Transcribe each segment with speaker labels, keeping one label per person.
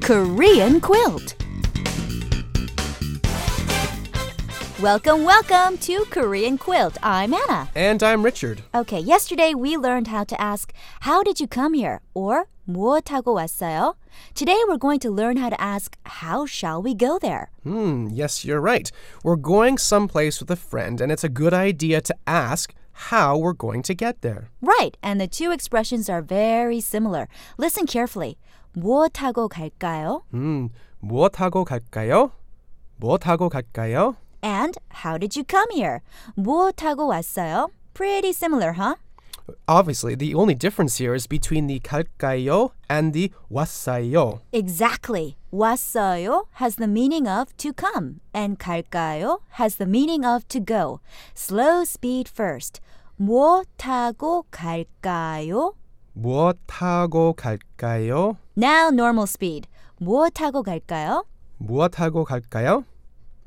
Speaker 1: Korean quilt. Welcome, welcome to Korean Quilt. I'm Anna.
Speaker 2: And I'm Richard.
Speaker 1: Okay, yesterday we learned how to ask, How did you come here? or 뭐 타고 왔어요? Today we're going to learn how to ask, How shall we go there?
Speaker 2: Hmm, yes, you're right. We're going someplace with a friend, and it's a good idea to ask how we're going to get there.
Speaker 1: Right, and the two expressions are very similar. Listen carefully. 뭐 타고 갈까요?
Speaker 2: Hmm, 뭐 타고 갈까요? 뭐 타고 갈까요?
Speaker 1: And how did you come here? 뭐 타고 왔어요? Pretty similar, huh?
Speaker 2: Obviously, the only difference here is between the 갈까요 and the 왔어요.
Speaker 1: Exactly. 왔어요 has the meaning of to come, and 갈까요 has the meaning of to go. Slow speed first. 뭐 타고 갈까요?
Speaker 2: 뭐 타고 갈까요?
Speaker 1: Now normal speed. 뭐 타고 갈까요?
Speaker 2: 뭐 타고 갈까요?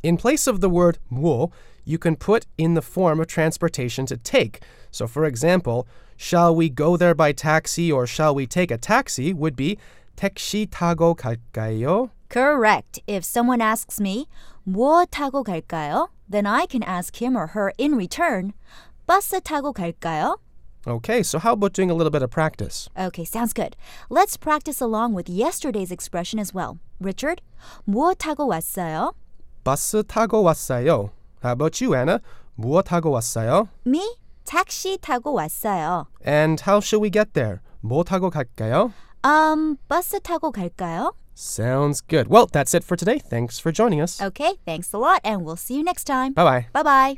Speaker 2: In place of the word 뭐, you can put in the form of transportation to take. So, for example, shall we go there by taxi or shall we take a taxi would be 택시 타고 갈까요?
Speaker 1: Correct. If someone asks me, 뭐 타고 갈까요? Then I can ask him or her in return, 버스 타고 갈까요?
Speaker 2: Okay, so how about doing a little bit of practice?
Speaker 1: Okay, sounds good. Let's practice along with yesterday's expression as well. Richard, 뭐 타고 왔어요?
Speaker 2: 버스 타고 왔어요. How about you, Anna? 뭐 타고 왔어요?
Speaker 1: Me? 택시 타고 왔어요.
Speaker 2: And how shall we get there? 뭐 타고 갈까요?
Speaker 1: Um, 버스 타고 갈까요?
Speaker 2: Sounds good. Well, that's it for today. Thanks for joining us.
Speaker 1: Okay, thanks a lot and we'll see you next time.
Speaker 2: Bye bye.
Speaker 1: Bye-bye.